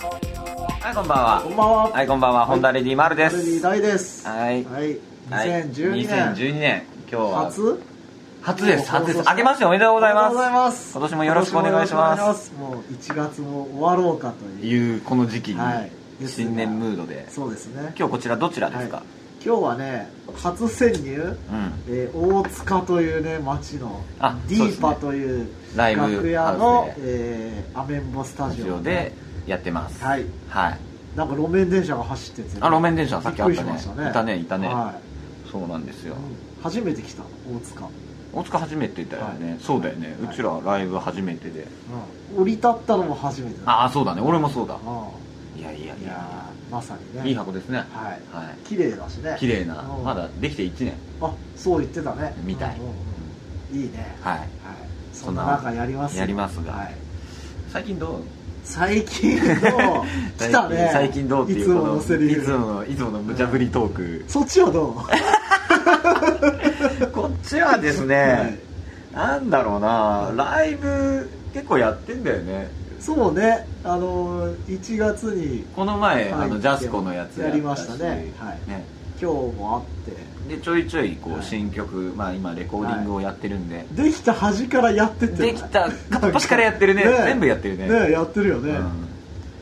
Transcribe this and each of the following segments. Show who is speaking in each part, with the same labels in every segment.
Speaker 1: はいこんばんは
Speaker 2: こんばんは。
Speaker 1: はいこんばんは本田レディマルで
Speaker 2: これに
Speaker 1: す
Speaker 2: 大です。
Speaker 1: はい
Speaker 2: は
Speaker 1: は
Speaker 2: い。
Speaker 1: い
Speaker 2: 2012年。
Speaker 1: 2012年今日は
Speaker 2: 初
Speaker 1: 初です初です
Speaker 2: 放送した
Speaker 1: 明けましておめでとうござい
Speaker 2: おめでとうござい
Speaker 1: ま
Speaker 2: ます。
Speaker 1: 今年もよろしくお願いします
Speaker 2: 今年もよろしくお願いします。もう1月も終わろうかと
Speaker 1: す
Speaker 2: いう。
Speaker 1: いうこの時期に
Speaker 2: はいですが
Speaker 1: 新年ムードで
Speaker 2: そうですね。
Speaker 1: 今日こちらどちらですか
Speaker 2: はい今日はね、初潜入。
Speaker 1: うん
Speaker 2: えー大塚というね町の
Speaker 1: あ
Speaker 2: ディーパという
Speaker 1: ライブ
Speaker 2: 楽屋の
Speaker 1: ハ、ウス
Speaker 2: えーアメンボスタ
Speaker 1: ラ
Speaker 2: ジ
Speaker 1: ジ
Speaker 2: オ
Speaker 1: オでやってます
Speaker 2: はい
Speaker 1: はい
Speaker 2: なんか路面電車が走ってて
Speaker 1: あ路面電車さっきあったね
Speaker 2: びくりしまし
Speaker 1: いたねいたね
Speaker 2: は
Speaker 1: そうなんです
Speaker 2: い
Speaker 1: よ
Speaker 2: うん初めて来た大塚、
Speaker 1: 大塚初めてだよねそうだよねう
Speaker 2: はい
Speaker 1: ちらライブ初めてで
Speaker 2: うん、降り立ったのも初めてだ
Speaker 1: ああそうだね俺もそうだ
Speaker 2: う
Speaker 1: いやいや
Speaker 2: ん
Speaker 1: い
Speaker 2: い
Speaker 1: や
Speaker 2: やーまさにね
Speaker 1: いい箱ですね
Speaker 2: はい
Speaker 1: はい
Speaker 2: 綺麗だしね
Speaker 1: 綺麗な
Speaker 2: うん
Speaker 1: まだできて1年
Speaker 2: あそう言ってたね
Speaker 1: みたい
Speaker 2: うんうんうんいいね
Speaker 1: はい
Speaker 2: はい
Speaker 1: そ
Speaker 2: そ
Speaker 1: ん
Speaker 2: ん
Speaker 1: な
Speaker 2: な中やりますよ
Speaker 1: やりますが
Speaker 2: はい
Speaker 1: 最近どう
Speaker 2: 最近 の来たね
Speaker 1: 最近どうっていう
Speaker 2: つも
Speaker 1: こ
Speaker 2: の
Speaker 1: の
Speaker 2: セリ
Speaker 1: いつも
Speaker 2: フ
Speaker 1: のいつもの無茶ぶりトー ク、
Speaker 2: そっちはどう
Speaker 1: こっちはですね、なんだろうなライブ結構やってんだよね
Speaker 2: そうねあのー1月に
Speaker 1: この前、
Speaker 2: はい
Speaker 1: あのジャスコのやつ
Speaker 2: や
Speaker 1: った
Speaker 2: りましたねはい
Speaker 1: ね
Speaker 2: 今日もあって
Speaker 1: でちょいちょいこう、
Speaker 2: はい
Speaker 1: 新曲まあ今レコーディングをやってるんで、
Speaker 2: できた端からやってって
Speaker 1: できた片っ端からやってるね
Speaker 2: ね
Speaker 1: 全部やってるね
Speaker 2: ねやってるよ
Speaker 1: う
Speaker 2: ね、
Speaker 1: ん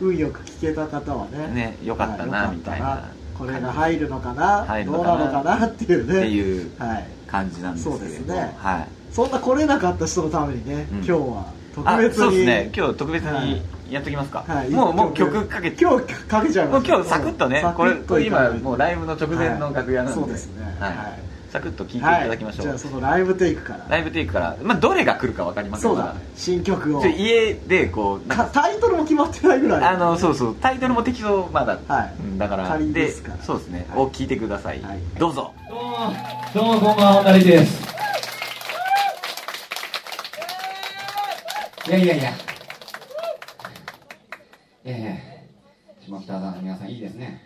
Speaker 2: 運よく聞けた方はね
Speaker 1: ねよかったな
Speaker 2: はい
Speaker 1: みたいな
Speaker 2: これが入るのかな
Speaker 1: 入るの
Speaker 2: どう
Speaker 1: かな
Speaker 2: なのかなっていうね
Speaker 1: っていう
Speaker 2: はい、
Speaker 1: 感じなんですけれど
Speaker 2: そうですね
Speaker 1: はい
Speaker 2: そんな来れなかった人のためにね、
Speaker 1: うん
Speaker 2: 今日は
Speaker 1: あ
Speaker 2: 特別に
Speaker 1: そうですね今日特別
Speaker 2: は
Speaker 1: にやっときますか、
Speaker 2: はい
Speaker 1: もうもう
Speaker 2: 一曲
Speaker 1: 曲かけて
Speaker 2: 今日かけちゃい
Speaker 1: も
Speaker 2: ま
Speaker 1: う
Speaker 2: す
Speaker 1: 今日サクッとねこれこれ今もうライブの直前の楽屋なんで、
Speaker 2: はいそうですね
Speaker 1: はい
Speaker 2: はい
Speaker 1: サクッと聴い
Speaker 2: 聞
Speaker 1: ていただきましょう、
Speaker 2: じゃあそのライブテイクから
Speaker 1: ライブテイクから、まあ、どれが来るか分かりません
Speaker 2: そう
Speaker 1: か
Speaker 2: だ
Speaker 1: ら
Speaker 2: ね新曲を
Speaker 1: ちょ家でこうなん
Speaker 2: か
Speaker 1: か
Speaker 2: タイトルも決まってないぐらい
Speaker 1: あのそうそうタイトルも適当まだ、
Speaker 2: はい
Speaker 1: うんだから
Speaker 2: 仮ですから
Speaker 1: そうですね、
Speaker 2: はい
Speaker 1: を聞いてください、
Speaker 2: はい
Speaker 1: どうぞ
Speaker 3: どうも、どうもこんばんは、おなりです。いやいやいや。いやいや。下北沢の皆さん、いいですね。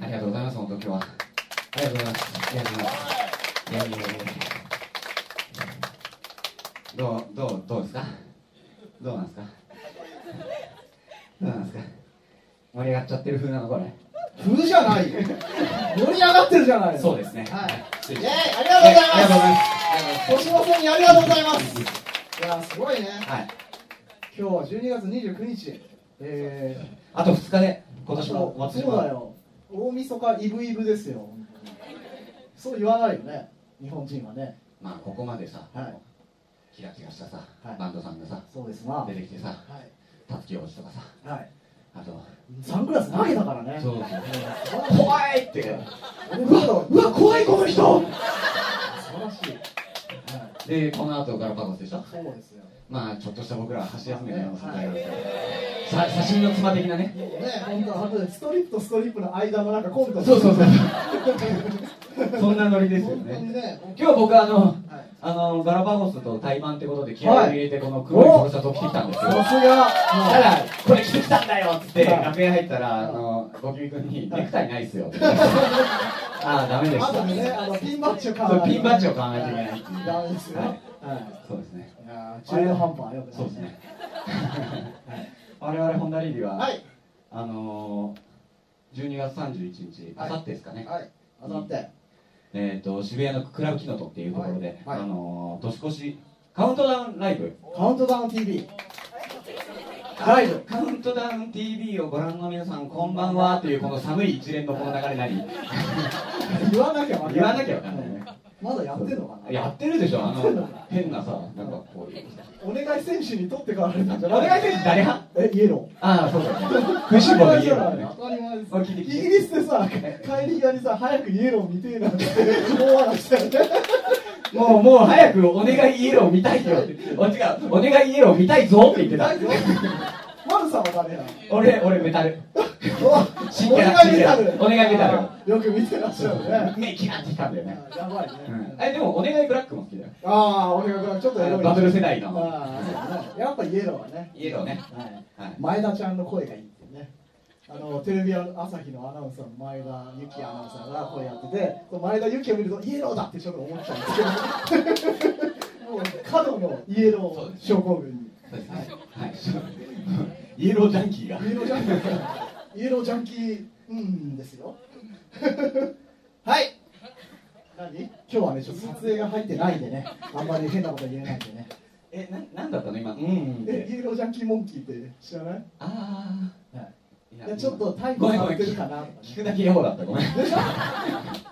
Speaker 3: ありがとうございます、本当今日は。ありがとうございます。ありがとうございます。いやいやいやいや。どう、どう、どうですか。どうなんですか。どうなんですか。盛り上がっちゃってる風なの、これ。
Speaker 4: 風じゃないよ盛り上がってるじゃない
Speaker 3: そうですね。
Speaker 4: はい
Speaker 3: 失
Speaker 4: イ
Speaker 3: 礼
Speaker 4: ェ
Speaker 3: しま
Speaker 4: イ
Speaker 3: した
Speaker 4: ありがとうござい
Speaker 3: ありがとうござい
Speaker 4: ま
Speaker 3: ます
Speaker 4: 年の瀬にありがとうございますいやすごいね
Speaker 3: す。はい。
Speaker 4: 今日は12月29日えー
Speaker 3: あと2日で今年も終わってし
Speaker 4: そう
Speaker 3: ま
Speaker 4: だ
Speaker 3: う
Speaker 4: よ大晦日イブイブですよそう言わないよね日本人はね
Speaker 3: まあここまでさ、
Speaker 4: はい
Speaker 3: キラキラしたさ、
Speaker 4: はい
Speaker 3: バンドさんがさ
Speaker 4: そうですなは
Speaker 3: 出
Speaker 4: い
Speaker 3: てきてさたつき王子とかさ
Speaker 4: はい
Speaker 3: あと
Speaker 4: サングラス投げたからね
Speaker 3: そう
Speaker 4: 怖い
Speaker 3: 怖いって
Speaker 4: うわ
Speaker 3: うわ怖いこの人
Speaker 4: 素晴らしいはい
Speaker 3: でこの後ガラパゴスでしょ
Speaker 4: そうですよ
Speaker 3: まあちょっとした僕らは箸休めのような存在なんですけどさ写真の妻的なね
Speaker 4: ね本当本当ストリップとストリップの間のなんかコント
Speaker 3: そうそうそうそんなノリですよ
Speaker 4: 本当に
Speaker 3: ね
Speaker 4: ね
Speaker 3: 今日僕あの
Speaker 4: はい
Speaker 3: あのガラパゴスと対マンってことで気合を入れてこの黒いポロシャツを着てきたんですよ
Speaker 4: さすが
Speaker 3: ただ、これ着てきたんだよっつって、
Speaker 4: はい
Speaker 3: 楽屋入ったら、あの、ゴキブリ君に、ネクタイないっすよ って言われて。ああ、ダメでし
Speaker 4: ま
Speaker 3: た。
Speaker 4: だね、あのピンバッジを買わない
Speaker 3: そうピンバッジを買わないといけない
Speaker 4: はダメですよ。
Speaker 3: は
Speaker 4: はいい。
Speaker 3: そうですね。
Speaker 4: いやー、中途半端は良くない。
Speaker 3: そうです ね。我々、ホンダリーディは、
Speaker 4: はい。
Speaker 3: あのー、12月31日、あ
Speaker 4: はい
Speaker 3: さってですかね。
Speaker 4: はい。当たって。
Speaker 3: えっと、渋谷のクラブキノトっていうところで、
Speaker 4: はい
Speaker 3: あのー、年越し、カウントダウンライブ。
Speaker 4: カウントダウン TV。ライブ。
Speaker 3: カウントダウン TV をご覧の皆さん、こんばんはという、この寒い一連のこの流れ なり、
Speaker 4: 言わなきゃわかんない。
Speaker 3: 言わなきゃわかんないね。
Speaker 4: まだやってんのかな。
Speaker 3: やってるでしょあの変なさなんかこういう
Speaker 4: お願い選手に取って代わられたんじゃ
Speaker 3: お
Speaker 4: ない。
Speaker 3: 願い選手誰派
Speaker 4: え、イエロー。
Speaker 3: ああそうだね食いしん坊の家だね
Speaker 4: 当たり前です
Speaker 3: あ聞いて聞いて
Speaker 4: イギリスでさ、帰り際にさ、早くイエロー見てえなって思わなくて。
Speaker 3: もうもう早くお願いイエロー見たいよってお違うお願いイエロー見たいぞって言ってた
Speaker 4: 大丈夫マルさんは誰なの
Speaker 3: 俺俺メタル真剣な真剣なお願いメタル
Speaker 4: ルよく見てらっしゃるね
Speaker 3: 目キラってきたんだよね
Speaker 4: やばい
Speaker 3: うん
Speaker 4: ね
Speaker 3: えでもお願いブラックも好きだよ
Speaker 4: ああ俺がちょっとエロい
Speaker 3: バブル世代の
Speaker 4: ああやっぱイエローはね
Speaker 3: イエローね
Speaker 4: はい
Speaker 3: はい
Speaker 4: 前田ちゃんの声がいいってねあのテレビ朝日のアナウンサーの前田由紀アナウンサーがこうやっててその前田由紀を見るとイエローだってちょっと思ったんですけどもう角のイエロー症候群に
Speaker 3: そうですねはいイエロージャンキーが
Speaker 4: イエロージャンキーイエロージャンキーうんですよはい何今日はねちょっと撮影が入ってないんでねあんまり変なこと言えないんでね
Speaker 3: えななんだったの今うんうん
Speaker 4: えイエロージャンキーモンキーって知らない
Speaker 3: あ
Speaker 4: はい
Speaker 3: あ
Speaker 4: いやちょっとタイ
Speaker 3: ご
Speaker 4: ム
Speaker 3: めん
Speaker 4: 変
Speaker 3: ご
Speaker 4: わ
Speaker 3: め
Speaker 4: っ
Speaker 3: ん
Speaker 4: てる
Speaker 3: 聞
Speaker 4: か
Speaker 3: く
Speaker 4: なとか
Speaker 3: 聞
Speaker 4: ね
Speaker 3: くだけ野暮だったごめん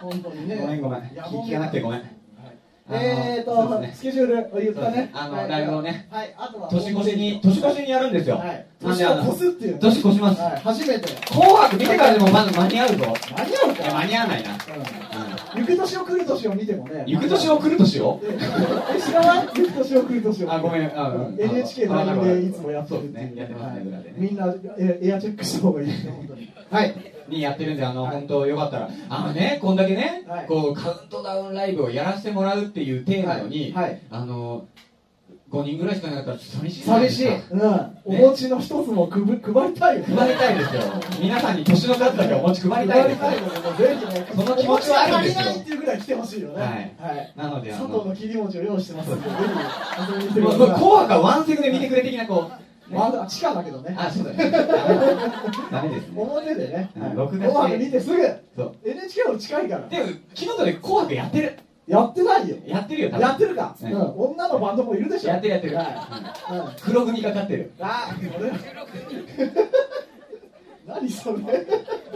Speaker 4: 本当にね
Speaker 3: ごめんごめん聞かなくてごめん
Speaker 4: はいえーと、
Speaker 3: そうですね
Speaker 4: スケジュールを言った
Speaker 3: そうです
Speaker 4: ね
Speaker 3: ねあの
Speaker 4: はい
Speaker 3: ライブをね
Speaker 4: はいあとは
Speaker 3: 年越しに年越しにやるんですよ
Speaker 4: はい
Speaker 3: なんで
Speaker 4: 年
Speaker 3: あ
Speaker 4: を
Speaker 3: の
Speaker 4: 越すっていうね
Speaker 3: 年越します
Speaker 4: はい初めて
Speaker 3: 紅白見てからでもまだ間に合うぞ
Speaker 4: 間に合う
Speaker 3: いや間
Speaker 4: か
Speaker 3: に合わないな
Speaker 4: うん行く年を来る年を見てもね
Speaker 3: 行く年を来る年を
Speaker 4: え知らない行く年を来る年を
Speaker 3: あごめんあうん
Speaker 4: NHK
Speaker 3: あ
Speaker 4: ライ
Speaker 3: なる
Speaker 4: ブ
Speaker 3: ほど
Speaker 4: でいつもやってるっ
Speaker 3: そ
Speaker 4: て
Speaker 3: うで
Speaker 4: い
Speaker 3: す
Speaker 4: う
Speaker 3: ねやってますね裏でね
Speaker 4: みんなエエアチェックした方がいいですね本当に
Speaker 3: はい、にやってるんで、あの、
Speaker 4: はい
Speaker 3: 本当よかったら、あのね、こんだけね、
Speaker 4: はい
Speaker 3: こう、カウントダウンライブをやらせてもらうっていうテーマなのに、
Speaker 4: はいはい
Speaker 3: あの、5人ぐらいしかいなかったら寂しいじゃないで
Speaker 4: 寂
Speaker 3: す
Speaker 4: し
Speaker 3: か
Speaker 4: い、うん、お餅の一つもくぶ配りたいよね
Speaker 3: 配りたいですよ。皆さんに年の数だけお持ち配りたいですよ。
Speaker 4: のもぜひね
Speaker 3: その気持ちはあるんですよ
Speaker 4: お餅が足りないっていうぐらい来てほしいよね
Speaker 3: はい
Speaker 4: はい
Speaker 3: なので、あ
Speaker 4: 佐藤
Speaker 3: の、
Speaker 4: の切り餅を用意してますんでぜひ遊びに来てく
Speaker 3: も
Speaker 4: だ
Speaker 3: う
Speaker 4: さい
Speaker 3: もう紅白はワンセグで見てくれ的な、こう、ね
Speaker 4: まだ地下だけどね
Speaker 3: あ、そうだ ね。ダメダメですね。
Speaker 4: 表でね、
Speaker 3: うん
Speaker 4: はい
Speaker 3: 録画して
Speaker 4: ご飯見てすぐ
Speaker 3: そう。
Speaker 4: NHK は近いから
Speaker 3: でも、昨日とね、紅白やってる。
Speaker 4: やってないよ
Speaker 3: やってるよ、多分
Speaker 4: やってるか、
Speaker 3: ね
Speaker 4: うん、女のバンドもいるでしょ
Speaker 3: やってるやってる。
Speaker 4: はい
Speaker 3: うん
Speaker 4: うん、
Speaker 3: 黒組がかってる。
Speaker 4: あ俺 何それ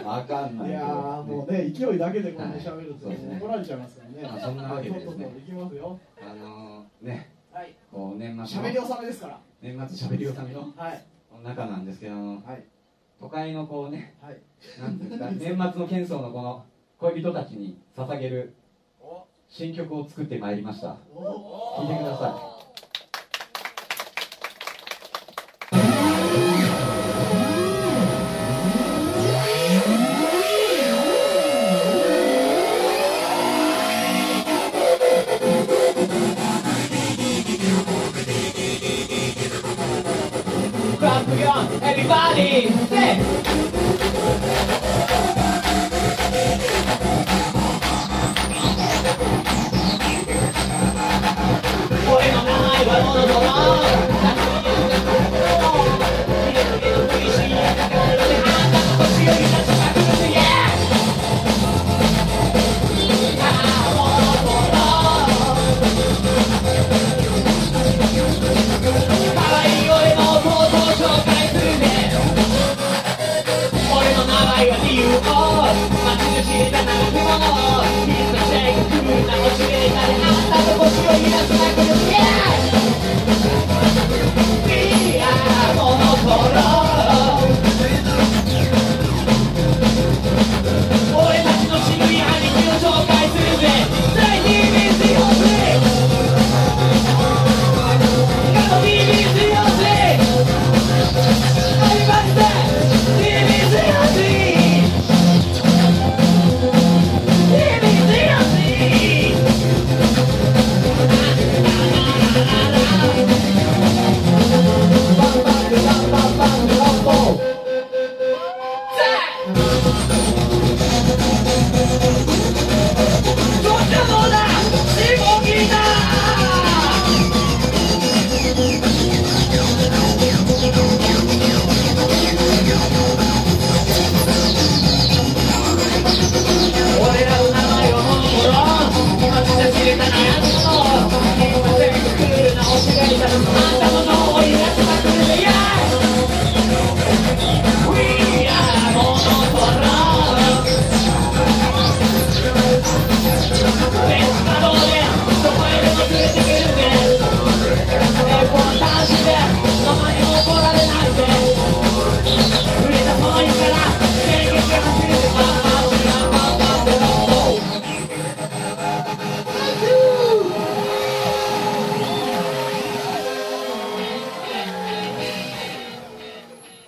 Speaker 3: わかんない
Speaker 4: い
Speaker 3: けど。
Speaker 4: やーもうね勢いだけでこんな喋ると、
Speaker 3: はいそうですね
Speaker 4: 怒られちゃいますからね
Speaker 3: まあそんなわけでですね
Speaker 4: とっとと行きますよ
Speaker 3: あのー、ね、
Speaker 4: はい
Speaker 3: こう年末の
Speaker 4: 喋り納めですから
Speaker 3: 年末しゃべり納めの
Speaker 4: はい
Speaker 3: 中なんですけどあの
Speaker 4: はい
Speaker 3: 都会のこうね
Speaker 4: はい
Speaker 3: なんていうんですか年末の喧騒のこの恋人たちに捧げる新曲を作ってまいりました
Speaker 4: おお
Speaker 3: 聴いてくださ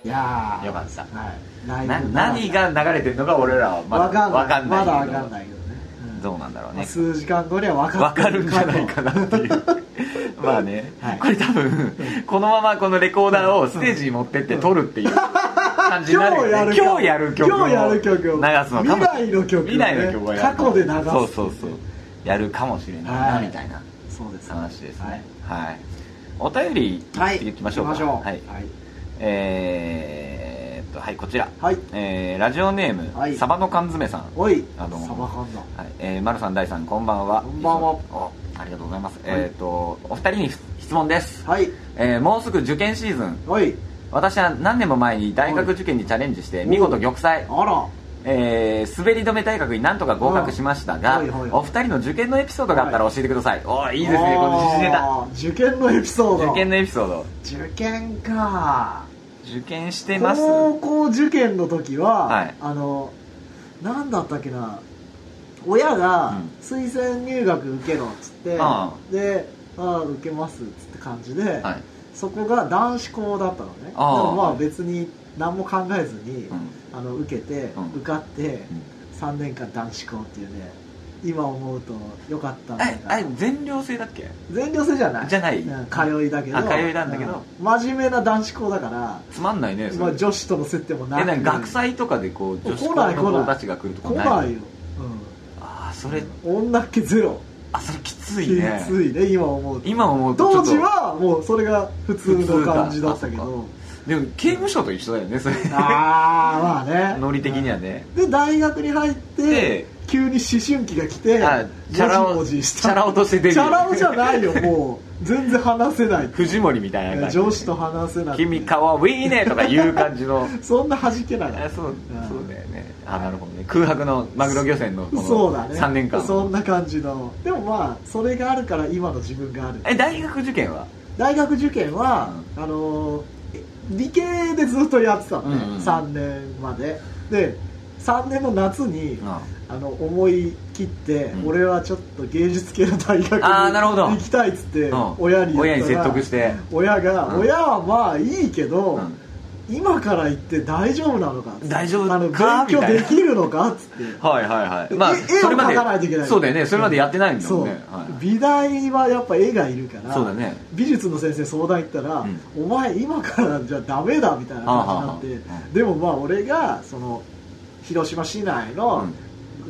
Speaker 5: いやー
Speaker 1: よかった
Speaker 5: はいライブ
Speaker 1: な何が流れてるのか俺らはまだ
Speaker 5: わかんない
Speaker 1: わかんない
Speaker 5: まだわ
Speaker 1: けど
Speaker 5: かんないけどね、うん
Speaker 1: どうなんだろう
Speaker 5: まあ
Speaker 1: ね
Speaker 5: 数時間後には分か
Speaker 1: わ
Speaker 5: って
Speaker 1: かるんじゃないかなっていう まあね、
Speaker 5: はい
Speaker 1: これ多分このままこのレコーダーをステージに持ってって撮るっていう感じになるよね
Speaker 5: 今
Speaker 1: 今
Speaker 5: 日
Speaker 1: 日
Speaker 5: や
Speaker 1: や
Speaker 5: る
Speaker 1: る
Speaker 5: 曲
Speaker 1: 曲
Speaker 5: を
Speaker 1: を流すのかも
Speaker 5: 未来の曲をね
Speaker 1: 未来の曲をやる
Speaker 5: 過去で流す
Speaker 1: そうそうそうやるかもしれないな、
Speaker 5: はい
Speaker 1: みたいな
Speaker 5: そうです
Speaker 1: 話ですねはい、お便り
Speaker 5: はい
Speaker 1: いきましょうか
Speaker 5: 行きましょう
Speaker 1: はいえーっっとはいこちら、
Speaker 2: はい
Speaker 1: えーラジオネーム、
Speaker 2: はい
Speaker 1: サバの缶詰さん
Speaker 2: おい
Speaker 1: あのー
Speaker 2: サバ缶だ
Speaker 1: はい、えー、丸さん、大さん、こんばんは。
Speaker 2: こんばんは
Speaker 1: おありがとうございます。えっ、と、お二人に質問です。
Speaker 2: はい
Speaker 1: えーもうすぐ受験シーズン。
Speaker 2: おい
Speaker 1: 私は何年も前に大学受験にチャレンジして、見事玉砕。
Speaker 2: あら
Speaker 1: えー滑り止め大学になんとか合格しましたが、
Speaker 2: うんはいはい
Speaker 1: お二人の受験のエピソードがあったら教えてください。おーいいですね、この時事ネタ。
Speaker 2: あー受験のエピソード
Speaker 1: 受験のエピソード。
Speaker 2: 受験か
Speaker 1: 受験してます
Speaker 2: 高校受験の時は、
Speaker 1: はい
Speaker 2: あの何だったっけな親
Speaker 1: う
Speaker 2: が
Speaker 1: ん
Speaker 2: 推薦入学受けろっつって、
Speaker 1: あ
Speaker 2: で「ああ受けます」っつって感じで、
Speaker 1: はい。
Speaker 2: そこが男子校だったのねだか
Speaker 1: ああ
Speaker 2: らまあ別に何も考えずに、
Speaker 1: うん
Speaker 2: あの受けて、
Speaker 1: うん
Speaker 2: 受かって3年間男子校っていうね今思うとよかったん
Speaker 1: あ
Speaker 2: だ
Speaker 1: れ、あれ全寮制だっけ
Speaker 2: 全寮制じゃない
Speaker 1: じゃない
Speaker 2: うん通いだけど
Speaker 1: あ通いなんだけど
Speaker 2: うん真面目な男子校だから
Speaker 1: つまんないね、それ
Speaker 2: まあ、女子との接点もな
Speaker 1: え
Speaker 2: く
Speaker 1: なんか学祭とかでこう女子
Speaker 2: 来
Speaker 1: 高
Speaker 2: ない
Speaker 1: の子たちが来るとか
Speaker 2: 来
Speaker 1: ない
Speaker 2: ないよ、
Speaker 1: ああそ
Speaker 2: うん、
Speaker 1: れ
Speaker 2: 女っ気ゼロ
Speaker 1: あそれきつ
Speaker 2: き
Speaker 1: いね
Speaker 2: ついね今思うと
Speaker 1: 今思うとちょ
Speaker 2: 当
Speaker 1: っと
Speaker 2: 時はもうそれが普通
Speaker 1: 普通
Speaker 2: の
Speaker 1: か
Speaker 2: 感じだったけ
Speaker 1: あそ
Speaker 2: ど
Speaker 1: でも刑務所と一緒だよねそれ
Speaker 2: ああーまあね
Speaker 1: ノリ的にはね
Speaker 2: で大学に入って
Speaker 1: で
Speaker 2: 急に思春期が来て
Speaker 1: あチャラ
Speaker 2: も
Speaker 1: 男
Speaker 2: じもじし
Speaker 1: チ
Speaker 2: た
Speaker 1: ャラ男としてデビュー
Speaker 2: チャラ男じゃないよもう全然話せない
Speaker 1: 藤森みたいな感じ
Speaker 2: 女子と話せない
Speaker 1: 君かわいいねとかいう感じ の
Speaker 2: そんな弾けない
Speaker 1: あそう
Speaker 2: うん
Speaker 1: そうだよねあなるほどね空白のマグロ漁船のこ
Speaker 2: そう
Speaker 1: の
Speaker 2: だね
Speaker 1: 3年間
Speaker 2: そんな感じのでもまあそれがあるから今の自分がある
Speaker 1: え大学受験は
Speaker 2: 大学受験は、あのーえ理系でずっとやってたのね、
Speaker 1: うんうん
Speaker 2: 3年までで3年の夏に、
Speaker 1: あ
Speaker 2: あの思い切って、
Speaker 1: うん
Speaker 2: 俺はちょっと芸術系の大学に
Speaker 1: あーなるほど
Speaker 2: 行きたいっつって、
Speaker 1: うん
Speaker 2: 親に言ったら
Speaker 1: 親に説得して
Speaker 2: 親が、
Speaker 1: うん
Speaker 2: 親はまあいいけど、
Speaker 1: うん
Speaker 2: 今から行って大丈夫なのかっつって
Speaker 1: 大丈夫か
Speaker 2: あの
Speaker 1: み
Speaker 2: 勉
Speaker 1: たい
Speaker 2: 強
Speaker 1: な
Speaker 2: できるのかっつって
Speaker 1: はいはいはいまあ
Speaker 2: え絵
Speaker 1: そ
Speaker 2: を
Speaker 1: れま
Speaker 2: 描かないといけない
Speaker 1: でそうだよねそれまでやってないんだ
Speaker 2: そ
Speaker 1: も
Speaker 2: うん
Speaker 1: ねはい
Speaker 2: 美大はやっぱ絵がいるから
Speaker 1: そうだね
Speaker 2: 美術の先生相談行ったら、
Speaker 1: うん
Speaker 2: お前今からじゃダメだみたい
Speaker 1: は
Speaker 2: な感じになって
Speaker 1: あはあは
Speaker 2: でもまあ俺がその広島市内の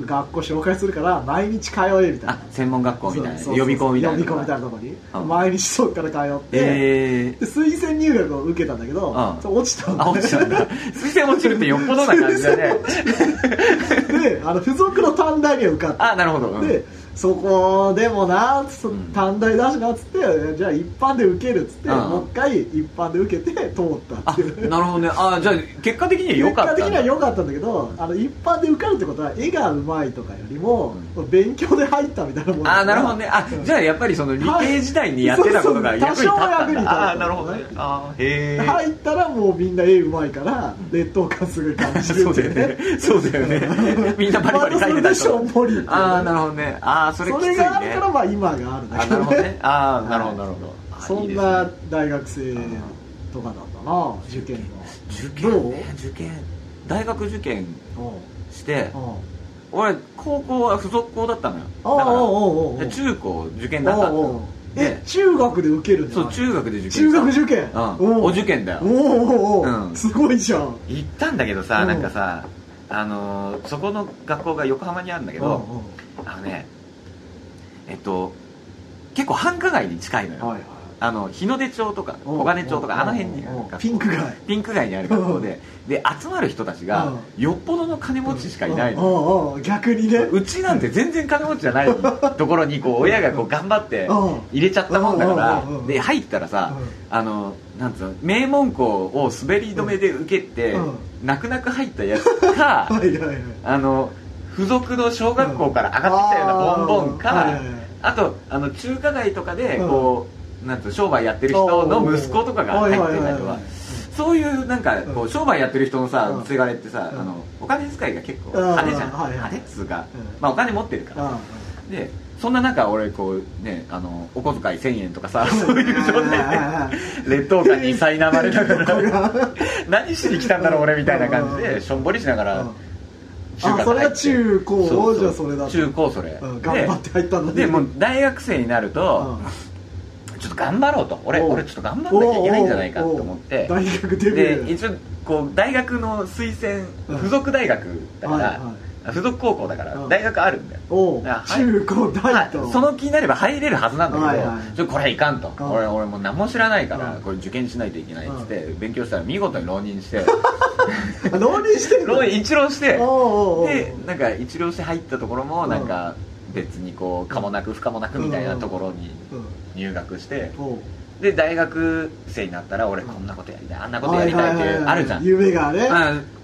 Speaker 2: 学校紹介するから毎日通えみたい
Speaker 1: あ
Speaker 2: な
Speaker 1: 専門学校みたいな
Speaker 2: そうそうそう
Speaker 1: 予備校みたいな
Speaker 2: 予備校みたいなところに、
Speaker 1: うん
Speaker 2: 毎日そこから通って、
Speaker 1: え
Speaker 2: で推薦入学を受けたんだけど、
Speaker 1: うん
Speaker 2: それ落ちたん
Speaker 1: ー、あ落ちたんだ推薦落ちるってよっぽどな感じだね
Speaker 2: であの付属の短大には受かった
Speaker 1: あなるほど、うん
Speaker 2: でそこでもなそ
Speaker 1: うん
Speaker 2: 短大だしなっつって、じゃあ一般で受けるっつって、
Speaker 1: うん
Speaker 2: もう一回一般で受けて通った
Speaker 1: あ
Speaker 2: っていう
Speaker 1: なるほどねあじゃあ結果的には良
Speaker 2: 結
Speaker 1: かったん
Speaker 2: 果的
Speaker 1: だ
Speaker 2: には良かったんだけどあの一般で受かるってことは絵がうまいとかよりも、勉強で入ったみたいなもんだから
Speaker 1: あなるほどねあ
Speaker 2: うん
Speaker 1: じゃあやっぱりその理系時代にやってたことが
Speaker 2: はい
Speaker 1: 役に立ったんだ、
Speaker 2: そうそう多少は役に立った
Speaker 1: あなるほどねあへえ、
Speaker 2: 入ったらもうみんな絵うまいから劣等感すごい感じる
Speaker 1: そ
Speaker 2: っ
Speaker 1: う
Speaker 2: て
Speaker 1: だ
Speaker 2: い
Speaker 1: よねそうだよねみんなバリバリ書いてた
Speaker 2: またそれでしょんぼりっていうね
Speaker 1: ああなるほどねああそ
Speaker 2: そ
Speaker 1: れきついね
Speaker 2: れがあるからまあ今があるんだ
Speaker 1: あ
Speaker 2: け
Speaker 1: な
Speaker 2: ど
Speaker 1: るほどねあ
Speaker 2: は
Speaker 1: あ
Speaker 2: い
Speaker 1: なるほどなるほどあ
Speaker 2: そ
Speaker 1: いい
Speaker 2: ん
Speaker 1: ですね
Speaker 2: な大学生とかだったな受験は
Speaker 1: 受験
Speaker 2: どう
Speaker 1: ね受験大学受験
Speaker 2: おう
Speaker 1: して
Speaker 2: おう
Speaker 1: 俺高校は付属校だったのよ
Speaker 2: おう
Speaker 1: だから
Speaker 2: おうおうおう
Speaker 1: で中高受験だったんだ
Speaker 2: おうおう
Speaker 1: よ
Speaker 2: え
Speaker 1: で
Speaker 2: 中学で受けるんじゃ
Speaker 1: そ
Speaker 2: な
Speaker 1: う
Speaker 2: い
Speaker 1: 中学で受験
Speaker 2: 中学受験
Speaker 1: うん
Speaker 2: おう
Speaker 1: お受験だよ
Speaker 2: おうおうおう
Speaker 1: うん
Speaker 2: すごいじゃん
Speaker 1: 行ったんだけど
Speaker 2: う
Speaker 1: さ
Speaker 2: ん
Speaker 1: なんかさあのーそこの学校が横浜にあるんだけ
Speaker 2: おう
Speaker 1: どあのねえっと結構繁華街に近いの
Speaker 2: おう
Speaker 1: よ
Speaker 2: はいはい
Speaker 1: あの日の出町とか
Speaker 2: おう
Speaker 1: 小金町と
Speaker 2: おう
Speaker 1: かあの辺にある
Speaker 2: おう
Speaker 1: 学校
Speaker 2: ピンク街
Speaker 1: ピンク街にある学校でで集まる人たちがよっぽどの金持ちしかいないの
Speaker 2: おうおう逆にね
Speaker 1: うちなんて全然金持ちじゃ ないところにこう親がこう頑張って
Speaker 2: うん
Speaker 1: 入れちゃったもんだか
Speaker 2: うんうんうんうん
Speaker 1: らで入ったらさあのなんつうの名門校を滑り止めで受けて
Speaker 2: うん
Speaker 1: 泣く泣く入ったやつか
Speaker 2: うんはいはいはい
Speaker 1: あの付属の小学校から上がってきたようなボンボン
Speaker 2: あー
Speaker 1: か
Speaker 2: はいはいはい
Speaker 1: あとあの中華街とかでこうなんつうの商売やってる人の息子とかが入ってたりとかそういうなんかこ
Speaker 2: うん
Speaker 1: う商売やってる人の
Speaker 2: う
Speaker 1: さ
Speaker 2: ん
Speaker 1: せがれってさ
Speaker 2: うん
Speaker 1: あのお金遣いが結構派手じゃん
Speaker 2: うんはいはい
Speaker 1: 派手っつうか
Speaker 2: うん
Speaker 1: まあお金持ってるからでそんな中俺こうねあのお小遣い1000円とかさそういう状態で劣等感に苛まれながら何しに来たんだろう俺みたいな感じでしょんぼりしながら中
Speaker 2: あ
Speaker 1: 学
Speaker 2: それ
Speaker 1: 入っ
Speaker 2: が
Speaker 1: て
Speaker 2: 中高
Speaker 1: そうそう
Speaker 2: じゃあそれだ
Speaker 1: 中高それ
Speaker 2: うん頑張って入ったんだね
Speaker 1: ででもう大学生になるとちょっと頑張ろうと俺
Speaker 2: おう
Speaker 1: 俺ちょっと頑張んなきゃいけないんじゃないかと思って
Speaker 2: 大学デビュ
Speaker 1: で
Speaker 2: ー
Speaker 1: 一応こう大学の推薦
Speaker 2: うん
Speaker 1: 付属大学だから、
Speaker 2: はいはい
Speaker 1: あ付属高校だから
Speaker 2: うん
Speaker 1: 大学あるんだよ
Speaker 2: おう
Speaker 1: あはい
Speaker 2: 中高大と、
Speaker 1: はいその気になれば入れるはずなんだけど、
Speaker 2: はいはい
Speaker 1: ちょこれはいかんと、
Speaker 2: うん
Speaker 1: 俺俺もう何も知らないから、
Speaker 2: うん
Speaker 1: これ受験しないといけないっつって、勉強したら見事に浪人して
Speaker 2: あ浪人してるの
Speaker 1: 浪人一浪して
Speaker 2: おうおうおう
Speaker 1: でなんか一浪して入ったところも
Speaker 2: うん
Speaker 1: なんか別にこう可もなく不可もなくみたいなところに
Speaker 2: うん
Speaker 1: 入学して
Speaker 2: おう
Speaker 1: で大学生になったら俺こんなことやりたいあんなことやりたいって
Speaker 2: は
Speaker 1: いう
Speaker 2: はは
Speaker 1: あるじゃん
Speaker 2: 夢がね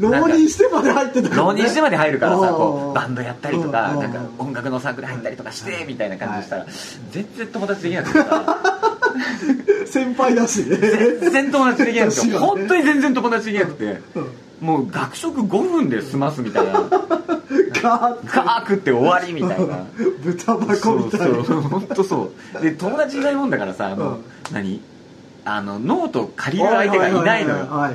Speaker 1: うん
Speaker 2: 浪人してまで入ってたからね
Speaker 1: 浪人してまで入るからさこ
Speaker 2: おう
Speaker 1: うバンドやったりとか
Speaker 2: うん
Speaker 1: なんか音楽のサークル入ったりとかしてみたいな感じしたら
Speaker 2: は
Speaker 1: 全然友達できなくてさ
Speaker 2: 先輩だしね
Speaker 1: 全然友達できなく
Speaker 2: 確かに
Speaker 1: て
Speaker 2: ね
Speaker 1: 本当に全然友達できなくて
Speaker 2: うん
Speaker 1: もう学食5分で済ますみたいな
Speaker 2: ガーッ
Speaker 1: ガー食って終わりみたいな。
Speaker 2: 豚箱みたいな
Speaker 1: そうそう本当そうで友達いないもんだからさあの、
Speaker 2: うん
Speaker 1: 何あのノート借りる相手がいないのよ
Speaker 2: はいはいはいはい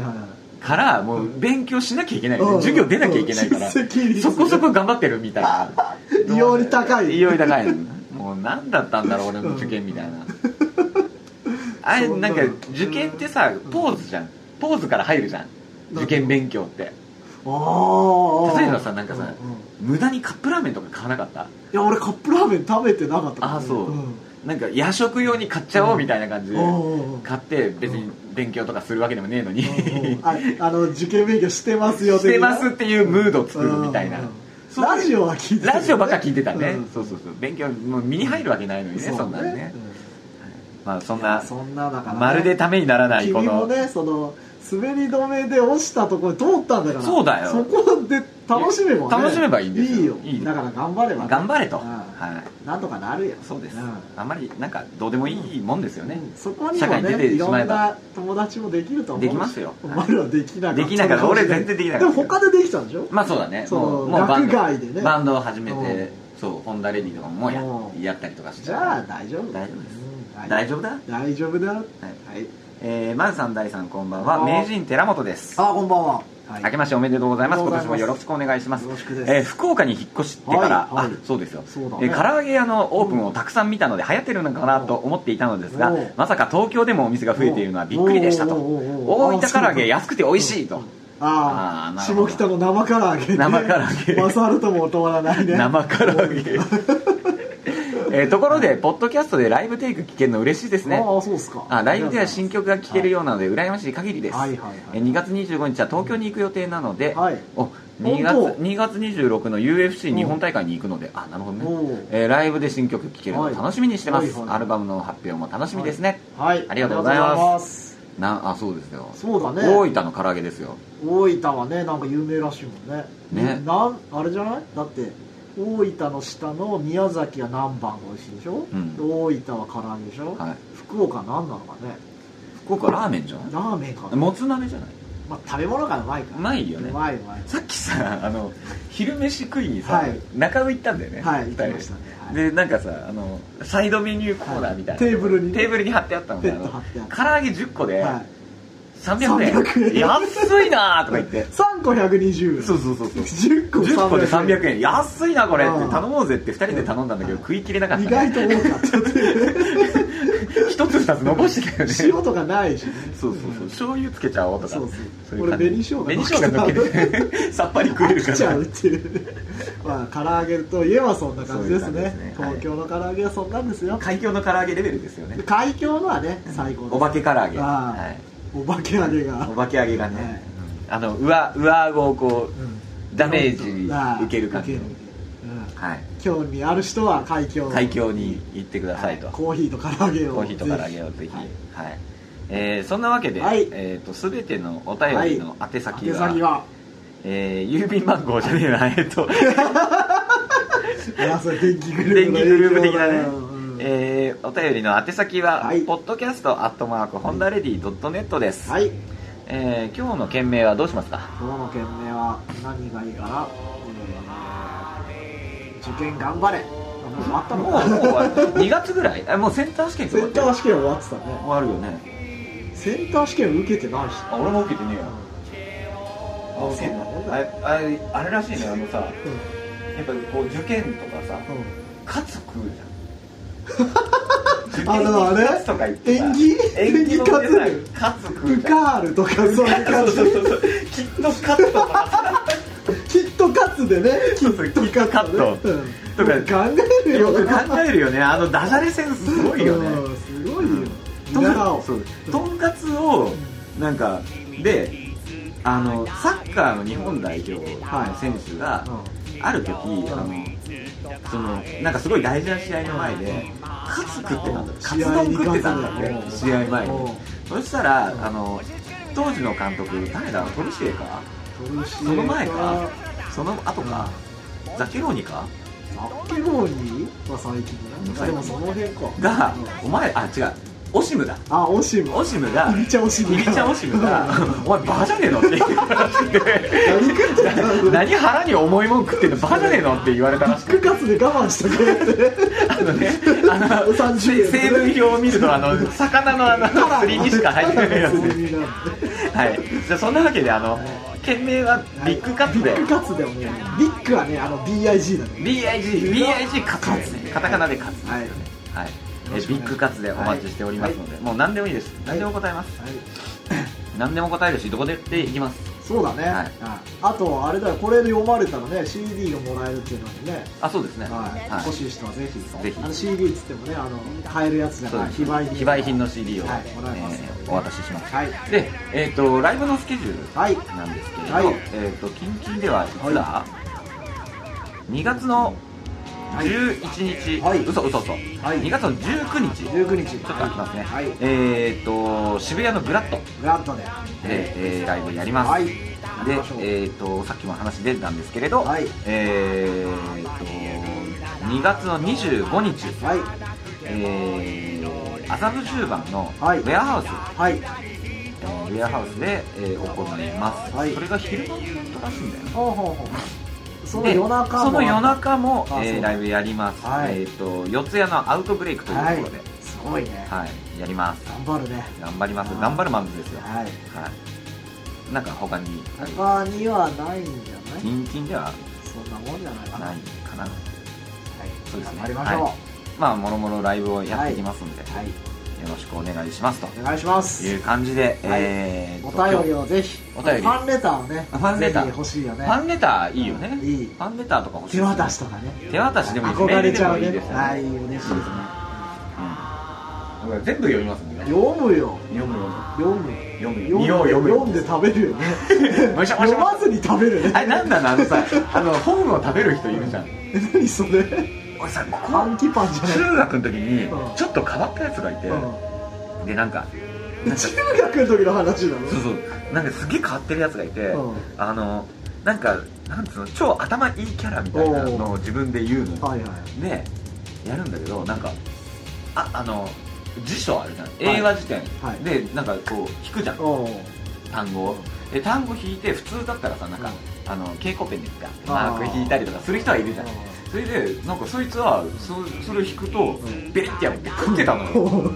Speaker 1: からもう勉強しなきゃいけないよね、
Speaker 2: うん
Speaker 1: 授業出なきゃいけないから、
Speaker 2: 出席率
Speaker 1: そこそこ頑張ってるみたいな
Speaker 2: 異様に高い
Speaker 1: 異様に高いのもう何だったんだろう俺の受験みたいな、あれ
Speaker 2: そんな
Speaker 1: なん
Speaker 2: の
Speaker 1: か受験ってさポーズじゃんポーズから入るじゃん受験勉強って
Speaker 2: ああ
Speaker 1: 例えばさなんかさ
Speaker 2: うんうんい
Speaker 1: 無駄にカップラーメンとか買わなかった
Speaker 2: や俺カップラーメン食べてなかったから
Speaker 1: あそうんなんか夜食用に買っちゃおうみたいな感じで、
Speaker 2: おうおうおう
Speaker 1: 買って別に勉強とかするわけでもねえのに し
Speaker 2: ああの受験勉強してますよ
Speaker 1: てますっ
Speaker 2: 的
Speaker 1: ていうムードを
Speaker 2: な
Speaker 1: 作るみたいな
Speaker 2: うんうん
Speaker 1: そう
Speaker 2: ラジオは聞いてたよね
Speaker 1: ラジオばっか聞いてたね
Speaker 2: うん
Speaker 1: そうそうそう勉強もう身に入るわけないのにね
Speaker 2: う
Speaker 1: そんなんね
Speaker 2: うん
Speaker 1: まあそんな
Speaker 2: そんなだからね
Speaker 1: まるでためにならないこ
Speaker 2: 君も
Speaker 1: の
Speaker 2: ねその滑り止めで落ちたところ通ったんだから
Speaker 1: そうだよ
Speaker 2: そこで楽しめば、ね、
Speaker 1: 楽しめばいいんですよ
Speaker 2: いいよ
Speaker 1: いい
Speaker 2: だから頑張れば、ね、
Speaker 1: 頑張れと
Speaker 2: うん
Speaker 1: は
Speaker 2: なんとかなるよ
Speaker 1: いそうです
Speaker 2: ん
Speaker 1: あんまりなんかどうでもいいもんですよね
Speaker 2: うんそこに
Speaker 1: 社
Speaker 2: も
Speaker 1: 会に出
Speaker 2: ね
Speaker 1: て
Speaker 2: い
Speaker 1: し
Speaker 2: ろ
Speaker 1: まえ
Speaker 2: ん
Speaker 1: ば
Speaker 2: な友達もできると思うし
Speaker 1: できますよ
Speaker 2: お前らはできなかった
Speaker 1: できなかった俺全然できなかった
Speaker 2: でも他でできたんでしょ
Speaker 1: まあそうだね
Speaker 2: その
Speaker 1: もうもうバン
Speaker 2: 学外で
Speaker 1: ド
Speaker 2: ね
Speaker 1: バンドを始め
Speaker 2: う
Speaker 1: てそうホンダレディとかもや
Speaker 2: うん
Speaker 1: やったりとかして
Speaker 2: じゃあ大丈夫
Speaker 1: 大丈夫です
Speaker 2: うんはい
Speaker 1: 大丈夫だ
Speaker 2: 大丈夫だはい
Speaker 1: えー、マンさん大さんこんばんは
Speaker 2: こんばんは
Speaker 1: 名人寺本です
Speaker 2: あこんばんははい
Speaker 1: 明けましておめでとうございます
Speaker 2: おめで
Speaker 1: 今
Speaker 2: とうご
Speaker 1: 年もよ
Speaker 2: ざいます
Speaker 1: ろしくお願いします
Speaker 2: よろしくです
Speaker 1: えー福岡に引っ越してから、
Speaker 2: はいはい
Speaker 1: あそうですよ、
Speaker 2: そうだね
Speaker 1: えー唐揚げ屋のオープンをたくさん見たので流行ってるのかなと思っていたのですが
Speaker 2: おう
Speaker 1: まさか東京でもお店が増えているのはびっくりでしたと
Speaker 2: おうおうおうおう
Speaker 1: 大分唐揚げ安くて美味しいと、
Speaker 2: あ
Speaker 1: あー
Speaker 2: あ
Speaker 1: なるほど
Speaker 2: 下北の生唐揚げ、ね、
Speaker 1: 生唐揚げ
Speaker 2: 勝るとも止まらないね
Speaker 1: 生唐揚げ えーところでポッドキャストでライブテイク聞けるの嬉しいですね
Speaker 2: ああそうっすか
Speaker 1: あライブでは新曲が聴けるようなので羨ましい限りです、
Speaker 2: はいはいはい
Speaker 1: え2月25日は東京に行く予定なので、
Speaker 2: はい
Speaker 1: お2月
Speaker 2: 本当
Speaker 1: ,2 月26の UFC
Speaker 2: うん
Speaker 1: 日本大会に行くのであなるほ
Speaker 2: お
Speaker 1: どね
Speaker 2: う、
Speaker 1: えーライブで新曲聴けるのを楽しみにしてます、
Speaker 2: はいはいはい
Speaker 1: アルバムの発表も楽しみですね、
Speaker 2: はい
Speaker 1: ありがとうございます
Speaker 2: ありがとうございます
Speaker 1: なあそうですよ
Speaker 2: そうだね
Speaker 1: 大分の唐揚げですよ
Speaker 2: 大分はねなんか有名らしいもんね
Speaker 1: ね
Speaker 2: なんあれじゃないだって大分の下の宮崎は南蛮が美味しいでしょ、
Speaker 1: うん
Speaker 2: 大分は唐揚げでしょ、
Speaker 1: はい
Speaker 2: 福岡何なのかね
Speaker 1: 福岡ラーメンじゃない
Speaker 2: ラーメンかな、
Speaker 1: もつ鍋じゃない
Speaker 2: まあ、食べ物がうまいか
Speaker 1: う
Speaker 2: ら
Speaker 1: まいよね
Speaker 2: うまいうまい
Speaker 1: さっきさあの昼飯食いにさ、
Speaker 2: はい
Speaker 1: 中尾行ったんだよね、
Speaker 2: はい
Speaker 1: 二
Speaker 2: 行
Speaker 1: 人で
Speaker 2: きましたねはい
Speaker 1: でなんかさあのサイドメニューコーナーみたいな、
Speaker 2: はいテーブルに
Speaker 1: テーブルに貼ってあったの
Speaker 2: ペ
Speaker 1: であ
Speaker 2: ット
Speaker 1: の
Speaker 2: 貼ってある
Speaker 1: 唐揚げ10個で
Speaker 2: はい
Speaker 1: 300円,、
Speaker 2: 300円
Speaker 1: 安いなーとか言って
Speaker 2: 3個120円
Speaker 1: そうそうそうそう
Speaker 2: 10個
Speaker 1: 10個で300円安いなこれって
Speaker 2: うん
Speaker 1: 頼もうぜって2人で頼んだんだけど
Speaker 2: うん
Speaker 1: 食い切れなかっ
Speaker 2: 意
Speaker 1: たね
Speaker 2: 外と多かった
Speaker 1: 一つ2つ残してたよねそう
Speaker 2: 塩とかないしね
Speaker 1: そうそう醤油つけちゃおうとか
Speaker 2: そうそう
Speaker 1: いう感じ
Speaker 2: 俺紅生姜
Speaker 1: 紅生姜乗っけ てさっぱり食えるか
Speaker 2: 飽きちゃ
Speaker 1: ら
Speaker 2: うっていうまあ唐揚げといえばそんな感じです
Speaker 1: そういう
Speaker 2: ね
Speaker 1: 感じですね
Speaker 2: 東京の唐揚げはそんなんですよ、
Speaker 1: 海峡の唐揚げレベルですよね
Speaker 2: 海峡のはね最高です
Speaker 1: お化け唐揚げ、
Speaker 2: あー
Speaker 1: はい、
Speaker 2: お化け揚げが
Speaker 1: お化け揚げがね、
Speaker 2: はい
Speaker 1: あの上上顎をこ
Speaker 2: うん
Speaker 1: うダメージ受ける感じの
Speaker 2: 受ける受ける
Speaker 1: はい
Speaker 2: うん興味ある人は海峡
Speaker 1: 海峡に行ってくださいと、
Speaker 2: コーヒーと唐揚げを
Speaker 1: コーヒーと唐揚げをぜひ、
Speaker 2: は
Speaker 1: はいいえーそんなわけで、
Speaker 2: はい
Speaker 1: えー、と全てのお便りの宛先
Speaker 2: 宛
Speaker 1: が、
Speaker 2: 先は
Speaker 1: えー郵便番号じゃねえな、 えっ と
Speaker 2: いやそれ電気グルー
Speaker 1: 電
Speaker 2: プの
Speaker 1: 気グループ的な
Speaker 2: 影
Speaker 1: ね
Speaker 2: 響だようん、
Speaker 1: えーお便りの宛先は、
Speaker 2: はい
Speaker 1: ポッドキャストアットマークホンダレディドットネットです、
Speaker 2: はい
Speaker 1: えー今日の件名はどうしますか
Speaker 2: 今日の件名は何がいいかな、えー受験頑張れあもう終わった
Speaker 1: もう
Speaker 2: の
Speaker 1: もう
Speaker 2: か
Speaker 1: 終わる2月ぐらいあ もうセンター試験と
Speaker 2: セ
Speaker 1: か
Speaker 2: ンター試験終わってたね
Speaker 1: 終わるよね
Speaker 2: センター試験受けてないし
Speaker 1: あ俺も受けてねえよ
Speaker 2: あ受けてない
Speaker 1: ああれあれらしいねあのさや
Speaker 2: うん
Speaker 1: っぱこう受験とかさ
Speaker 2: う
Speaker 1: カツ食うじゃん受
Speaker 2: あ
Speaker 1: 験
Speaker 2: のあ
Speaker 1: に
Speaker 2: れ
Speaker 1: カツとか言ってさ
Speaker 2: 縁起
Speaker 1: 縁起の
Speaker 2: 縁起担ぐ
Speaker 1: カツ食
Speaker 2: ん
Speaker 1: う
Speaker 2: プ
Speaker 1: じゃん
Speaker 2: カールとかそういう
Speaker 1: そ
Speaker 2: 感
Speaker 1: う
Speaker 2: じ
Speaker 1: そうそうそうきっとカツとか
Speaker 2: キットカツでね
Speaker 1: そうそうキックカット
Speaker 2: と
Speaker 1: と
Speaker 2: か
Speaker 1: か
Speaker 2: 考えるよ
Speaker 1: よく考えるよねあのダジャレセンスすごいよね
Speaker 2: うんすごいよ
Speaker 1: とん
Speaker 2: 稲葉を
Speaker 1: そうとんかつをなんかであのサッカーの日本代表の選手がある時あのそのなんかすごい大事な試合の前でカツ食ってたんだってカツ丼食ってたんだ
Speaker 2: う
Speaker 1: っ
Speaker 2: ん
Speaker 1: て試合前に
Speaker 2: うん
Speaker 1: そしたらあの当時の監督誰だトルシエか
Speaker 2: そ
Speaker 1: その前かその後かザケローニか
Speaker 2: アッケローニは最近ねあでもその辺か
Speaker 1: が
Speaker 2: うん
Speaker 1: お前あ違うオシムだ
Speaker 2: あオシム
Speaker 1: オシムが
Speaker 2: イビチャ オシム
Speaker 1: イビチャオシムが「お前バカじゃねえの?」って言ってたらしくて
Speaker 2: 何食ってた
Speaker 1: 「何腹に重いもん食ってんのバカじゃねえの?」って言われたらしくて
Speaker 2: クカツで我慢したくれって
Speaker 1: あの ねあの
Speaker 2: 30
Speaker 1: せ
Speaker 2: 円
Speaker 1: 成分表を見るとあ の魚のあの釣りにしか入ってないやつではいじゃあそんなわけであの県名はビッグカツ
Speaker 2: ビ
Speaker 1: で
Speaker 2: ッグカツでもねビッグはねあの BIG だね
Speaker 1: BIGBIG カツですねカタカナでカツ
Speaker 2: はい
Speaker 1: はいえビッグカツでお待ちしておりますので、もう何でもいいです何でも答えます、
Speaker 2: はい
Speaker 1: 何でも答えるしどこでっていきます
Speaker 2: そうだね、
Speaker 1: はい
Speaker 2: ああとあれだよこれで読まれたらね CD がもらえるっていうのにね、
Speaker 1: あそうですね
Speaker 2: はい
Speaker 1: はい
Speaker 2: 欲しい人はぜひ
Speaker 1: ぜひ
Speaker 2: あの CD っつってもねあの買えるやつじゃ
Speaker 1: そう
Speaker 2: な
Speaker 1: で
Speaker 2: い
Speaker 1: す
Speaker 2: 非売品
Speaker 1: 非売品の CD を、
Speaker 2: はいもらえますよ
Speaker 1: えーお渡しします
Speaker 2: はい
Speaker 1: で、えー、とライブのスケジュー
Speaker 2: はい
Speaker 1: ルなんですけれど、
Speaker 2: はい
Speaker 1: えー、と近々ではいつだ、2月の11日、
Speaker 2: はい
Speaker 1: 嘘嘘嘘、2月の19日
Speaker 2: 19日
Speaker 1: ちょっと開きますね、
Speaker 2: はい
Speaker 1: えー、と渋谷のグラッド
Speaker 2: グラントで
Speaker 1: で、えーライブやります、
Speaker 2: はい
Speaker 1: で
Speaker 2: やりましょう、
Speaker 1: えー、とさっきも話出たんですけれど、
Speaker 2: はい
Speaker 1: えー、と2月の25日、
Speaker 2: はい
Speaker 1: えー、麻布十番のウ
Speaker 2: はい
Speaker 1: ェアハウス、
Speaker 2: は
Speaker 1: え
Speaker 2: い
Speaker 1: ーウェアハウスで、えー行います、
Speaker 2: はい
Speaker 1: それが昼間のイベントらしいんだよね
Speaker 2: ほうほうほうその
Speaker 1: で
Speaker 2: 夜中も
Speaker 1: その夜中も
Speaker 2: あ
Speaker 1: え
Speaker 2: そ
Speaker 1: ー
Speaker 2: う
Speaker 1: ライブやります、
Speaker 2: はい
Speaker 1: えっ、と四谷のアウトブレイクというとこ
Speaker 2: は
Speaker 1: ろで、はい
Speaker 2: いすごいね
Speaker 1: やります
Speaker 2: 頑張るね
Speaker 1: 頑張ります
Speaker 2: あー
Speaker 1: 頑張るマンズですよは
Speaker 2: はい
Speaker 1: いなんか他にある
Speaker 2: 他にはないんじゃない
Speaker 1: 人気では
Speaker 2: そんなもんじゃないかな
Speaker 1: ないかなそうです
Speaker 2: 頑
Speaker 1: ね
Speaker 2: 張りましょう
Speaker 1: はまあもろもろライブをやっていきますので、
Speaker 2: はい、
Speaker 1: よろしくお願いしますと
Speaker 2: お願いします
Speaker 1: いう感じで、
Speaker 2: はい
Speaker 1: えー
Speaker 2: お
Speaker 1: と
Speaker 2: 便りをぜひ
Speaker 1: お便り
Speaker 2: ファンレターをね
Speaker 1: あファンレター
Speaker 2: ぜひ欲しいよね
Speaker 1: ファンレターいいよね、
Speaker 2: いい
Speaker 1: ファンレターとか欲しい
Speaker 2: 手
Speaker 1: ですね
Speaker 2: 渡しとかね
Speaker 1: 手渡しでもいいです
Speaker 2: 憧れちゃう
Speaker 1: メ
Speaker 2: ね
Speaker 1: ールでもいいですよね
Speaker 2: はい嬉しいですね
Speaker 1: うん全部読みますもんね
Speaker 2: 読むよ
Speaker 1: 読む
Speaker 2: 読む
Speaker 1: 読む
Speaker 2: 読む
Speaker 1: 見よう読む
Speaker 2: 読んで食べるよ ね
Speaker 1: むしゃむし
Speaker 2: 読
Speaker 1: ゃ
Speaker 2: まずに食べるね
Speaker 1: あれなんなのあのさあの本を食べる人いるじゃん
Speaker 2: え何それ
Speaker 1: 俺さこ
Speaker 2: パン
Speaker 1: こ
Speaker 2: キパンじゃない
Speaker 1: 中学の時に
Speaker 2: うん
Speaker 1: ちょっと変わったやつがいて
Speaker 2: うん
Speaker 1: でなんかなんかそ
Speaker 2: 中学の時の話だね
Speaker 1: うそうなんかすげえ変わってるやつがいて
Speaker 2: うん
Speaker 1: あのなんかなんつうの超頭いいキャラみたいなのを自分で言うのよ
Speaker 2: はいはい
Speaker 1: でやるんだけどなんかああの辞書あるじゃん英和辞典、
Speaker 2: はい
Speaker 1: でなんかこう引くじゃん
Speaker 2: おう
Speaker 1: 単語をで単語引いて普通だったらさなんか、あの蛍光ペンでガッてマーク引いたりとかする人はいるじゃんそれでなんかそいつはそそれを引くと
Speaker 2: ん
Speaker 1: ベリってやって食ってたのよ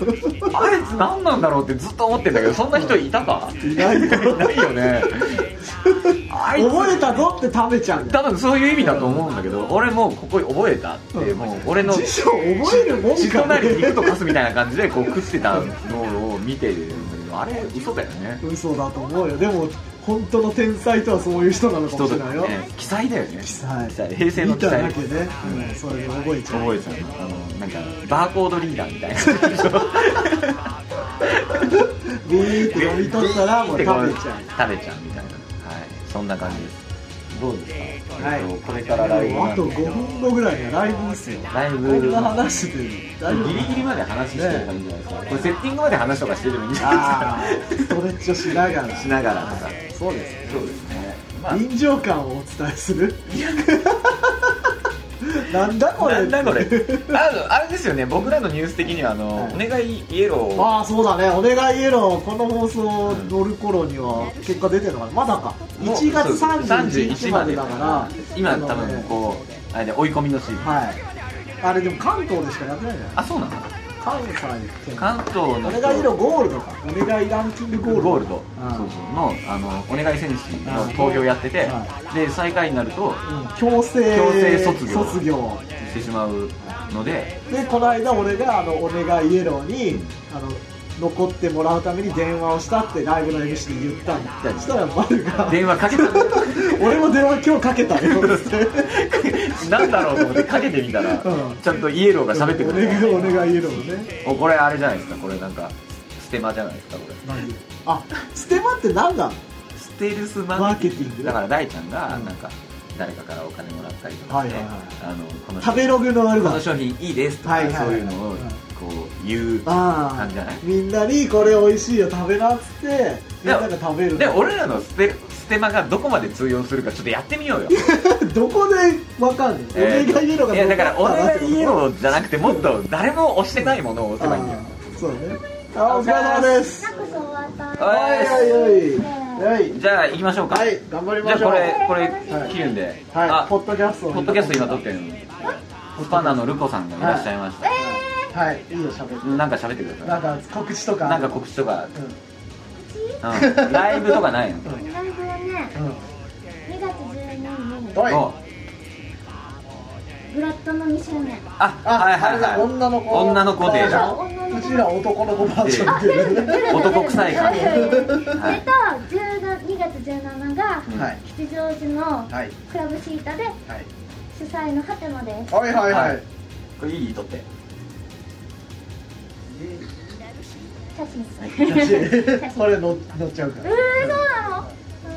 Speaker 1: あれ何なんだろうってずっと思ってんだけどそんな人いたか
Speaker 2: いないよ
Speaker 1: いないよ ねあいつ
Speaker 2: 覚えたぞって食べちゃうんだ
Speaker 1: 多
Speaker 2: よ
Speaker 1: 分そういう意味だと思うんだけど俺もうここ覚えたってもう俺の
Speaker 2: 辞書覚えるもん
Speaker 1: 血と
Speaker 2: か
Speaker 1: なり
Speaker 2: ね
Speaker 1: 肉とかすみたいな感じでこう食ってたのを見てるんだけどあれ嘘だよね
Speaker 2: 嘘だと思うよでも本当の天才とはそういう人なのかも
Speaker 1: 人
Speaker 2: し
Speaker 1: と
Speaker 2: れない
Speaker 1: か
Speaker 2: よ
Speaker 1: ね記載だよね
Speaker 2: 記載
Speaker 1: 平成の記載
Speaker 2: 見ただけね、うんそれで覚えちゃう
Speaker 1: 覚えちゃうのあのなんかバーコードリーダーみたいな感じでしょ
Speaker 2: ビーって飲み取ったらもう食べちゃう
Speaker 1: 食べちゃうみたいなはいそんな感じですどうですか、
Speaker 2: はい
Speaker 1: えっとこれからライブ
Speaker 2: もう
Speaker 1: な
Speaker 2: あ
Speaker 1: んで
Speaker 2: と5分後ぐらいにはライブですよ
Speaker 1: ライ
Speaker 2: こ
Speaker 1: ブ
Speaker 2: んな話してて大丈夫
Speaker 1: ギリギリまで話してればいいんじゃないですか、これセッティングまで話とかしてればいいんじゃ
Speaker 2: あ
Speaker 1: ない
Speaker 2: ーストレッチをしなが
Speaker 1: です
Speaker 2: ら
Speaker 1: かしながらとか
Speaker 2: そうです
Speaker 1: そうですねまあ
Speaker 2: 臨場感をお伝えする なんだこれ
Speaker 1: なんだこれあのあれですよね僕らのニュース的にはあの、
Speaker 2: はい
Speaker 1: お願いイエロー
Speaker 2: ああそうだねお願いイエローこの放送乗る頃には結果出てるのかなまだか
Speaker 1: もう
Speaker 2: 1月
Speaker 1: そう
Speaker 2: 31日までだから
Speaker 1: 今
Speaker 2: あの
Speaker 1: 多分
Speaker 2: ね
Speaker 1: こうあれで追い込みのシーン、
Speaker 2: はいあれでも関東でしかやってないんじゃない
Speaker 1: あそうなの
Speaker 2: 関西圏
Speaker 1: 関東の
Speaker 2: お願いイエローゴールドかお願いランキングゴールド
Speaker 1: ゴールド
Speaker 2: う
Speaker 1: そ
Speaker 2: ん
Speaker 1: うそうのあのお願い選手の投票やってて、
Speaker 2: は
Speaker 1: で最下位になると
Speaker 2: 強制
Speaker 1: 強制卒業
Speaker 2: 卒業
Speaker 1: してしまうので
Speaker 2: でこの間俺があのお願いイエローにあの残ってもらうために電話をしたってライブの MC に言ったんだそしたら丸が
Speaker 1: 電話かけた
Speaker 2: 「俺も電話今日かけたよ」っつって
Speaker 1: なんだろうと思ってかけてみたら、
Speaker 2: うん
Speaker 1: ちゃんとイエローが喋ってくれて
Speaker 2: お願いお願い言うのもね
Speaker 1: おこれあれじゃないですかこれなんかステマじゃないですかこれ
Speaker 2: あステマって何だ
Speaker 1: ステルスマ
Speaker 2: マ
Speaker 1: ー
Speaker 2: ー
Speaker 1: ケテ
Speaker 2: ケテ
Speaker 1: ィン
Speaker 2: ィン
Speaker 1: グ
Speaker 2: グ
Speaker 1: だから大ちゃんが
Speaker 2: うん
Speaker 1: なんか誰かからお金もらったりとかして、
Speaker 2: はいはいはい
Speaker 1: あのこの
Speaker 2: 食べログのある
Speaker 1: こ
Speaker 2: だ
Speaker 1: の商品いいですとか、
Speaker 2: はいはいはい
Speaker 1: そういうのをこう言う
Speaker 2: あ
Speaker 1: 感じじゃない
Speaker 2: あみんなにこれ美味しいよ食べなっつってみんなが食べる
Speaker 1: で俺らのステステマがどこまで通用するかちょっとやってみようよ
Speaker 2: どこでわかんの、
Speaker 1: え
Speaker 2: お願いイエローが
Speaker 1: いやだからお
Speaker 2: どうった
Speaker 1: 願
Speaker 2: ってこ
Speaker 1: い
Speaker 2: と
Speaker 1: イエローじゃなくてもっと誰も押してないものを押せばいいんだよ
Speaker 2: あーそうねあーお疲れ様です
Speaker 6: くそ終わった
Speaker 1: お
Speaker 2: はいいはいはいはい
Speaker 1: じゃあ行きましょうか
Speaker 2: はい頑張りましょう
Speaker 1: じゃあこれこれ
Speaker 2: はい
Speaker 1: 切るんで、
Speaker 2: は
Speaker 1: あ
Speaker 2: い
Speaker 1: ポ
Speaker 2: ポ
Speaker 1: ッ
Speaker 2: ッドキャストを
Speaker 1: ドキャスト今撮ってるのスパナのルポさんがいらっしゃいました、
Speaker 2: はいいいよ喋って
Speaker 1: なんか喋ってくだ
Speaker 2: な
Speaker 1: さ
Speaker 2: んか告知と
Speaker 1: い
Speaker 2: か
Speaker 1: なんか告知とか、
Speaker 2: うん
Speaker 1: うん、ライブとかないの
Speaker 6: ライブはね
Speaker 2: う
Speaker 6: 2月12日に
Speaker 2: んはい
Speaker 1: お
Speaker 6: ブラッドの2周年
Speaker 1: あ
Speaker 2: あ
Speaker 1: はいはいは
Speaker 2: あ
Speaker 1: い
Speaker 2: れだ女の子
Speaker 1: 女の子で
Speaker 6: そう
Speaker 1: は
Speaker 6: 女の
Speaker 2: う
Speaker 6: 子
Speaker 2: ちら男の子バージョンでね
Speaker 1: 男臭い感じ
Speaker 6: それと
Speaker 1: はい
Speaker 6: 2月17が
Speaker 2: はい
Speaker 6: 吉祥寺の
Speaker 2: はい
Speaker 6: クラブシータで
Speaker 2: はい
Speaker 6: 主催のハテナです
Speaker 2: はいはいはい
Speaker 1: これいい撮って
Speaker 6: 写真う
Speaker 2: これ乗乗っちゃうから
Speaker 6: ーそうなの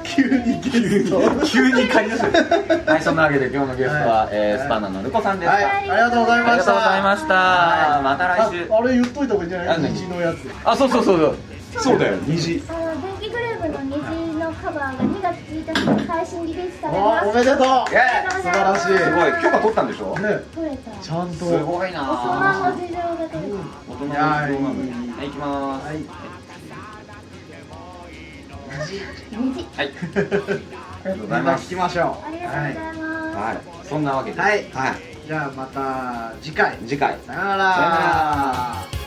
Speaker 2: 急にゲスト
Speaker 1: 急に借り出すはいそんなわけで今日のゲストは、
Speaker 2: はい
Speaker 1: えースパナのルコさんでした、
Speaker 2: はいありがとうござい
Speaker 1: あり
Speaker 2: ま
Speaker 1: が
Speaker 2: し
Speaker 1: とうござい
Speaker 2: た
Speaker 1: ました、また来週
Speaker 2: ああれ言っといた方がいいんじゃない
Speaker 1: 何
Speaker 2: 虹のやつ
Speaker 1: あそうそうそうそうそうだよ
Speaker 2: 虹
Speaker 6: あの電気グループの虹のカバーが2月1日に配信リリースされま
Speaker 2: あ
Speaker 6: す
Speaker 2: おめでと
Speaker 1: イエ
Speaker 6: ありがとうございます
Speaker 2: 素晴らし
Speaker 1: ーすごい許可取ったんでしょ
Speaker 2: うね
Speaker 6: 取れた
Speaker 2: ちゃんと
Speaker 1: すごい
Speaker 6: 大人
Speaker 1: な
Speaker 6: の事情が取れ
Speaker 1: 大
Speaker 6: た
Speaker 1: 人の事情なのにはい行きます
Speaker 2: はい
Speaker 6: 虹
Speaker 1: はいありがとうござい
Speaker 2: ま
Speaker 1: ま
Speaker 2: た聞
Speaker 1: す
Speaker 2: きましょう
Speaker 6: ありがとうございます、
Speaker 1: はいそんなわけで
Speaker 2: はい
Speaker 1: はい、
Speaker 2: じゃあまた次回
Speaker 1: 次回
Speaker 2: さよな
Speaker 1: さよな
Speaker 2: ら